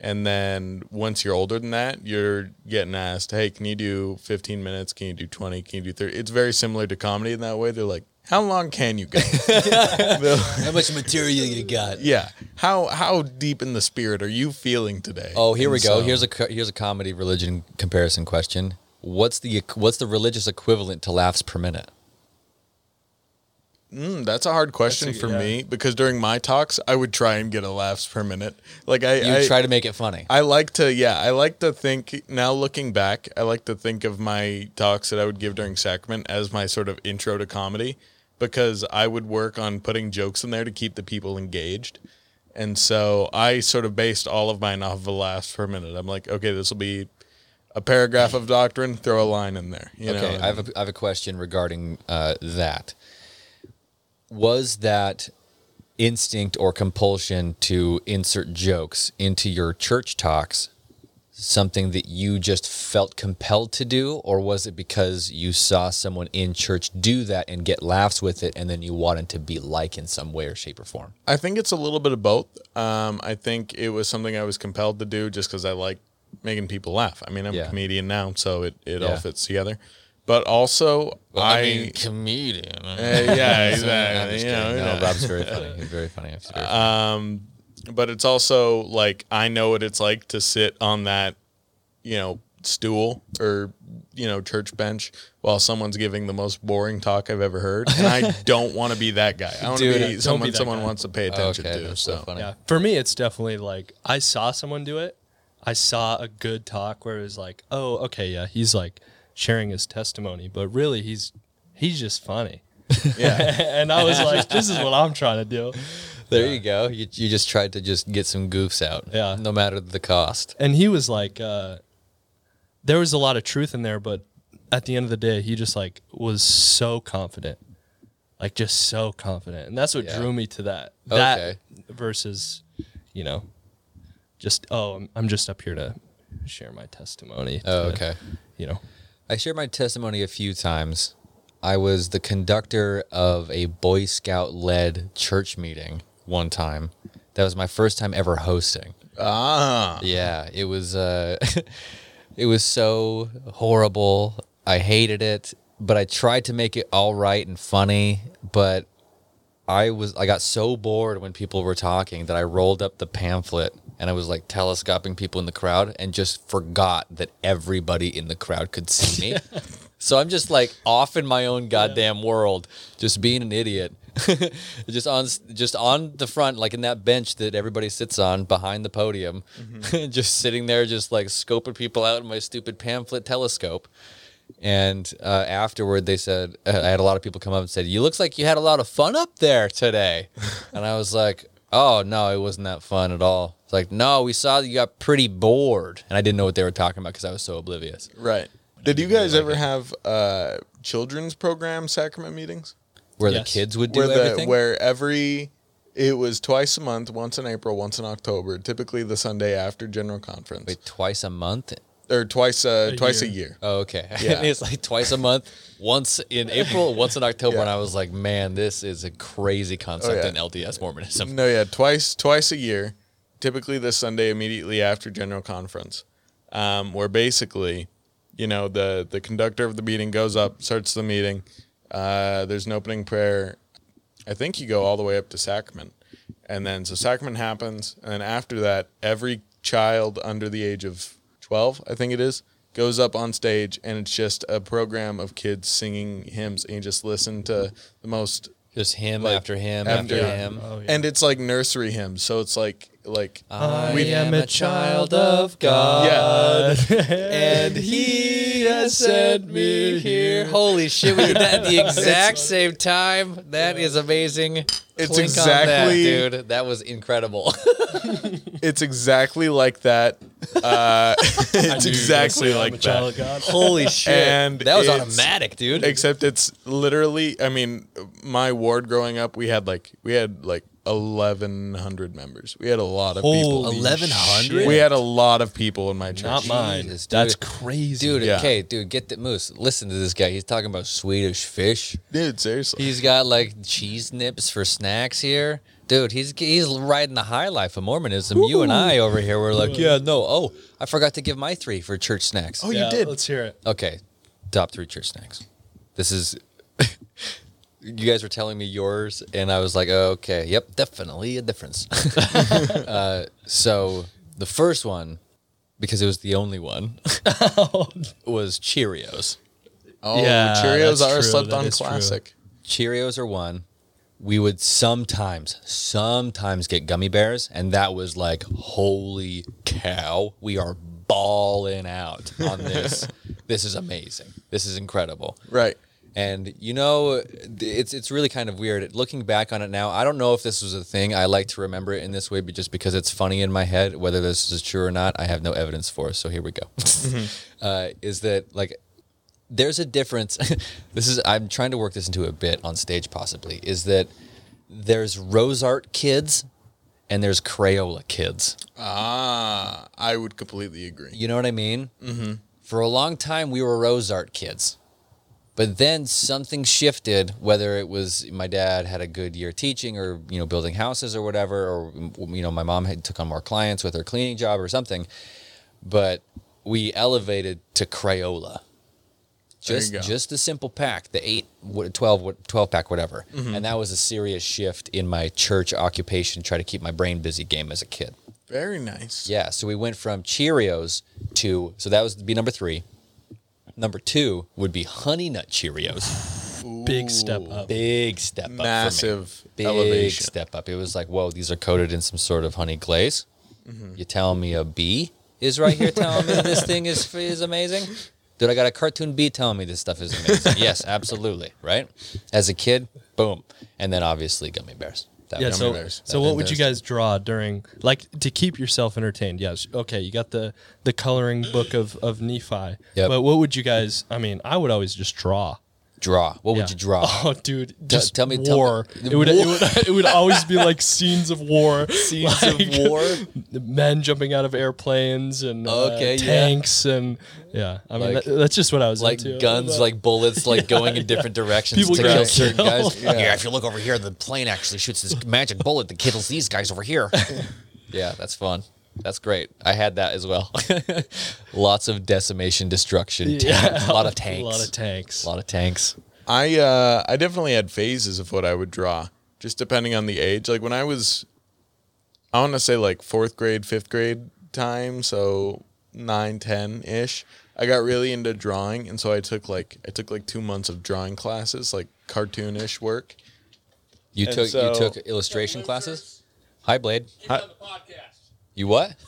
And then once you're older than that, you're getting asked, hey, can you do 15 minutes? Can you do 20? Can you do 30? It's very similar to comedy in that way. They're like, how long can you go? <laughs>
how much material you got
Yeah. How how deep in the spirit are you feeling today?
Oh, here we
And
go.
so-
Here's a co- here's a comedy religion comparison question. What's the equ- what's the religious equivalent to laughs per minute?
Mm, that's a hard question
That's a-
for
yeah.
me because during my talks, I would try and get a laughs per minute. Like I
You
I,
try to make it funny.
I like to yeah, I like to think now looking back, I like to think of my talks that I would give during sacrament as my sort of intro to comedy because I would work on putting jokes in there to keep the people engaged. And so I sort of based all of mine off of a laughs per minute. I'm like, okay, this will be a paragraph of doctrine, throw a line in there. You
okay,
know?
I have a, I have a question regarding uh, that. was that instinct or compulsion to insert jokes into your church talks something that you just felt compelled to do or was it because you saw someone in church do that and get laughs with it and then you wanted to be like in some way or shape or form
I think it's a little bit of both. Um, I think it was something I was compelled to do just because I like making people laugh. I mean, I'm
Yeah.
a comedian now, so it, it
Yeah.
all fits together. But also, I, <laughs>
<laughs>
mean, comedian. I mean,
Uh, yeah,
I'm
exactly.
just
you know,
kidding.
you
no
know. Uh,
rob's very funny he's very funny He's very funny.
but it's also like I know what it's like to sit on that, you know, stool or you know church bench while someone's giving the most boring talk I've ever heard, and I don't want to be that guy. I want
Dude,
to
don't
be someone
be
that
someone
guy.
wants to pay attention
okay
to.
that's
So
so funny
Yeah, for me, it's definitely like I saw someone do it. I saw a good talk where it was like, oh, okay, yeah, he's like sharing his testimony, but really, he's he's just funny.
yeah,
<laughs> and I was like, this is what I'm trying to do.
there you go you, you just tried to just get some goofs out
Yeah.
no matter the cost
And he was like, uh, there was a lot of truth in there, but at the end of the day, he just like was so confident, like just so confident, and that's what
Yeah.
drew me to that. That
Okay.
versus, you know, just oh, I'm, I'm just up here to share my testimony.
oh
to,
okay <laughs>
you know.
I shared my testimony a few times. I was the conductor of a Boy Scout led church meeting one time. That was my first time ever hosting.
ah,
Yeah, it was uh <laughs> it was so horrible. I hated it, but I tried to make it all right and funny, but I was I got so bored when people were talking that I rolled up the pamphlet and I was like telescoping people in the crowd and just forgot that everybody in the crowd could see me. so I'm just like off in my own goddamn world, just being an idiot. <laughs> just on just on the front like in that bench that everybody sits on behind the podium. <laughs> just sitting there just like scoping people out in my stupid pamphlet telescope. And uh, afterward, they said, <laughs> uh, I had a lot of people come up and said, You looks like you had a lot of fun up
<laughs>
there today. and I was like, Oh, no, it wasn't that fun at all. It's like, No, we saw that you got pretty bored. And I didn't know what they were talking about because I was so oblivious.
right. Did you guys ever have uh, children's program sacrament meetings?
Where
Yes.
the kids would do
where
everything?
where every it was twice a month, once in April, once in October, typically the Sunday after general conference,
Wait, twice a month?
or twice uh,
A
twice
year.
a year.
Oh, okay. <laughs>
Yeah.
it's like twice a month, once in April, once in October.
Yeah. Oh,
And I was like, Man, this is a crazy concept
yeah.
in LDS Mormonism.
No, yeah, twice twice a year, typically the Sunday immediately after general conference, um, where basically, you know, the the conductor of the meeting goes up, starts the meeting. Uh, there's an opening prayer. I think you go all the way up to sacrament, and then so sacrament happens, and then after that, every child under the age of twelve, I think it is. Goes up on stage and it's just a program of kids singing hymns, and you just listen to the most
Just him
Like,
after him after,
after-
him.
Oh, yeah.
and it's like nursery hymns so it's like like
Uh,
I
We-
am a child of God,
Uh,
yeah
and He has sent me here. Holy shit, we did that at <laughs> the exact same time. That is amazing.
It's
Click on that,
exactly-
dude. That was incredible. <laughs>
it's exactly like
<laughs>
that uh it's exactly like that
Holy shit,
And
that was
it's-
automatic, dude.
except it's literally i mean my ward growing up we had like we had like 1100 members we had a lot of people
Holy
1100?
we had a lot of people in my church
Not mine.
Jesus,
That's
dude.
crazy.
Dude,
Yeah.
okay, dude, get the moose. Listen to this guy. He's talking about Swedish fish.
dude seriously
He's got like cheese nips for snacks here. Dude, he's he's riding the high life of Mormonism. You and I over here were like, yeah, no, oh, I forgot to give my three for church snacks.
oh you did
Let's hear it.
Okay, top three church snacks. This is. <laughs> you guys were telling me yours, and I was like, okay, yep, definitely a difference. <laughs> uh, so the first one, because it was the only one, was Cheerios.
oh
Yeah,
cheerios
that's
are a
true.
slept
That
on
is true.
classic
Cheerios are one. We would sometimes, sometimes get gummy bears, and that was like, holy cow, we are balling out on this. this is amazing. This is incredible.
right
And you know, it's it's really kind of weird. Looking back on it now, I don't know if this was a thing. I like to remember it in this way, but just because it's funny in my head, whether <laughs> this is true or not, I have no evidence for. So here we go. uh, is that like there's a difference. <laughs> this is I'm trying to work this into a bit on stage possibly is that there's Rose Art kids and there's Crayola kids.
Ah, I would completely agree.
You know what I mean? Mm-hmm. For a long time, we were Rose Art kids. But then something shifted, whether it was my dad had a good year teaching or, you know, building houses or whatever, or, you know, my mom had took on more clients with her cleaning job or something. But we elevated to Crayola.
There you
Just,
go.
just the simple pack, the eight, what- 12, what- 12 pack, whatever.
Mm-hmm.
And that was a serious shift in my church occupation, try to keep my brain busy game as a kid.
Very nice.
Yeah, so we went from Cheerios to so that was be number three. Number two would be Honey Nut Cheerios.
Big step up.
Big step up,
Massive
for me. Big
elevation.
step up. It was like, whoa, these are coated in some sort of honey glaze.
Mm-hmm.
You telling me a bee is right here telling me this thing is is amazing? Dude, I got a cartoon bee telling me this stuff is amazing.
<laughs>
yes, absolutely, right? As a kid, boom, and then obviously gummy bears. That
Yeah.
was-
So,
bears.
so what would you guys draw during, like, to keep yourself entertained? Yes. Okay. You got the the coloring book of of Nephi.
Yep.
But what would you guys? I mean, I would always just draw.
draw. What
Yeah.
would you draw?
<laughs> Oh, dude, just
tell me- tell me-
war. it would it would <laughs> it would always be
<laughs>
like scenes of war, scenes
of
<laughs>
war?
men jumping out of airplanes and uh,
Okay, yeah.
tanks and yeah. I mean,
Like-
that, that's just what I was
like
into.
guns,
But-
like bullets, like <laughs> going in different directions
People
to
get
kill certain
killed.
guys.
Yeah.
Yeah. if you look over here, the plane actually shoots this magic bullet that kills these guys over here. <laughs> yeah, that's fun. That's great. I had that as well. <laughs> Lots of decimation, destruction, tank- <laughs> a lot of tanks,
a lot of tanks.
a lot of tanks.
I uh, I definitely had phases of what I would draw, just depending on the age. Like when I was, I want to say like fourth grade, fifth grade time, so nine, ten ish. I got really into drawing, and so I took like I took like two months of drawing classes, like cartoonish work.
You
And
took
so-
you took illustration classes. Hi, Blade. You what? <laughs>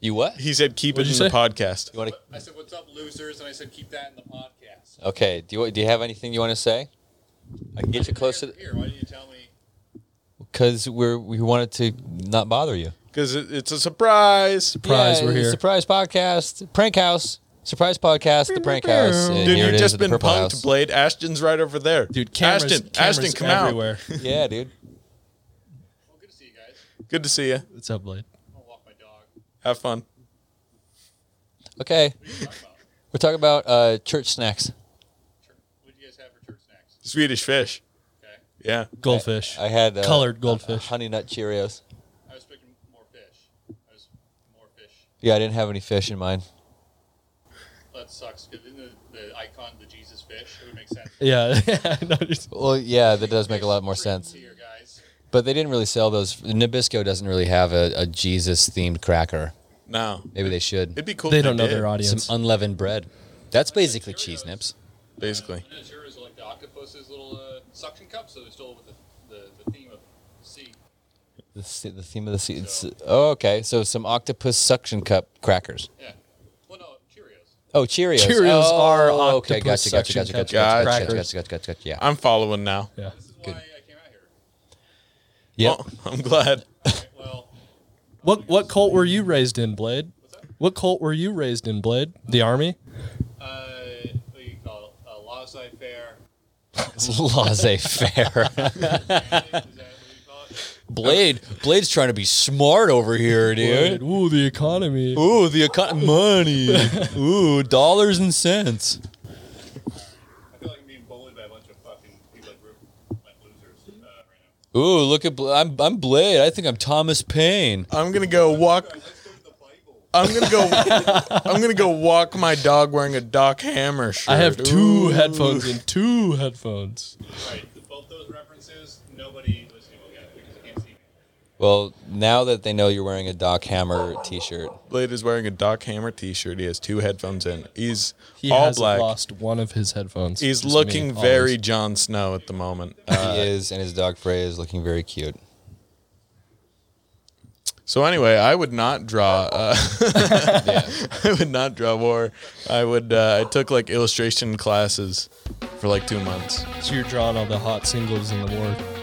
You what?
He said, "Keep
What'd
it
you
in the
say?
podcast."
You want to?
I said, "What's up, losers?" And I said, "Keep that in the podcast."
Okay. Do you do you have anything you want to say? I can get you close to. The,
Here, why didn't you tell me?
Because we're we wanted to not bother you.
Because it, it's a surprise.
Surprise,
Yeah,
we're
it's
here.
Surprise podcast, prank house, surprise podcast, the prank house. and
Dude,
here
you've
it is,
just
the
been
Purple
punked,
House.
Blade. Ashton's right over there.
Dude, cameras,
Ashton,
cameras
Ashton, come
everywhere.
Yeah, dude.
Well, good to see you guys.
out. Good to see you.
What's up, Blade?
I'm gonna walk my dog.
Have fun.
Okay, we're talking about uh, church snacks.
What do you guys have for church snacks?
Swedish fish.
Okay,
Yeah.
Goldfish.
I had uh,
Colored goldfish.
honey nut Cheerios.
I was expecting more fish. I was more fish.
Yeah, I didn't have any fish in mine.
That sucks. Because in the, the icon, the Jesus fish, it would make sense.
yeah. <laughs> No, just-
Well, yeah, that does make a lot more sense.
Here, guys.
But they didn't really sell those. Nabisco doesn't really have a, a Jesus themed cracker.
No.
Maybe they should.
It'd be cool.
they
if
don't know
did,
their audience.
Some unleavened bread. That's basically cheese nips.
Basically.
And it's yours, like the octopus's little uh, suction cup, so they're still with the, the, the theme of sea.
The, se- the theme of the sea. It's, oh, okay. So some octopus suction cup crackers.
Yeah. Well, no, Cheerios.
Oh, Cheerios.
Cheerios
oh,
are
okay. Gotcha,
octopus
gotcha,
suction
gotcha, gotcha,
cup
gotcha, gotcha,
crackers.
gotcha, gotcha, gotcha, gotcha. Yeah.
I'm following now. Oh,
yeah.
This is
Good.
why I came out here.
Yep.
Well, I'm glad.
Right, Well,
What what cult were you raised in, Blade? What cult were you raised in, Blade? The army?
uh, what do you call it? Uh, laissez faire.
Laissez faire. <laughs>
<laughs>
Is that what you call it?
Blade. Blade's trying to be smart over here, dude.
Ooh, the economy.
Ooh, the econ- money. Ooh, dollars and cents.
I feel like I'm being bullied by a bunch of fucking people like, ru- like losers uh, right now.
Ooh, look at Bla- I'm I'm Blade. I think I'm Thomas Paine.
I'm gonna go walk.
Guys, let's go to the Bible.
I'm gonna go.
<laughs>
I'm gonna go walk my dog wearing a Doc Hammer shirt.
I have two
Ooh.
headphones and two headphones.
Right, both those references, nobody listening will get it because I can't see me.
Well, now that they know you're wearing a Doc Hammer T-shirt,
Blade is wearing a Doc Hammer T-shirt. He has two headphones in. He's
He
all
has
black.
lost one of his headphones.
He's
Just me,
looking
always.
very Jon Snow at the moment. Uh,
he is, and his dog Frey is looking very cute.
so anyway, I would not draw. Uh, <laughs>
Yeah.
I would not draw war. I would. Uh, I took like illustration classes for like two months.
So you're drawing all the hot singles in the war.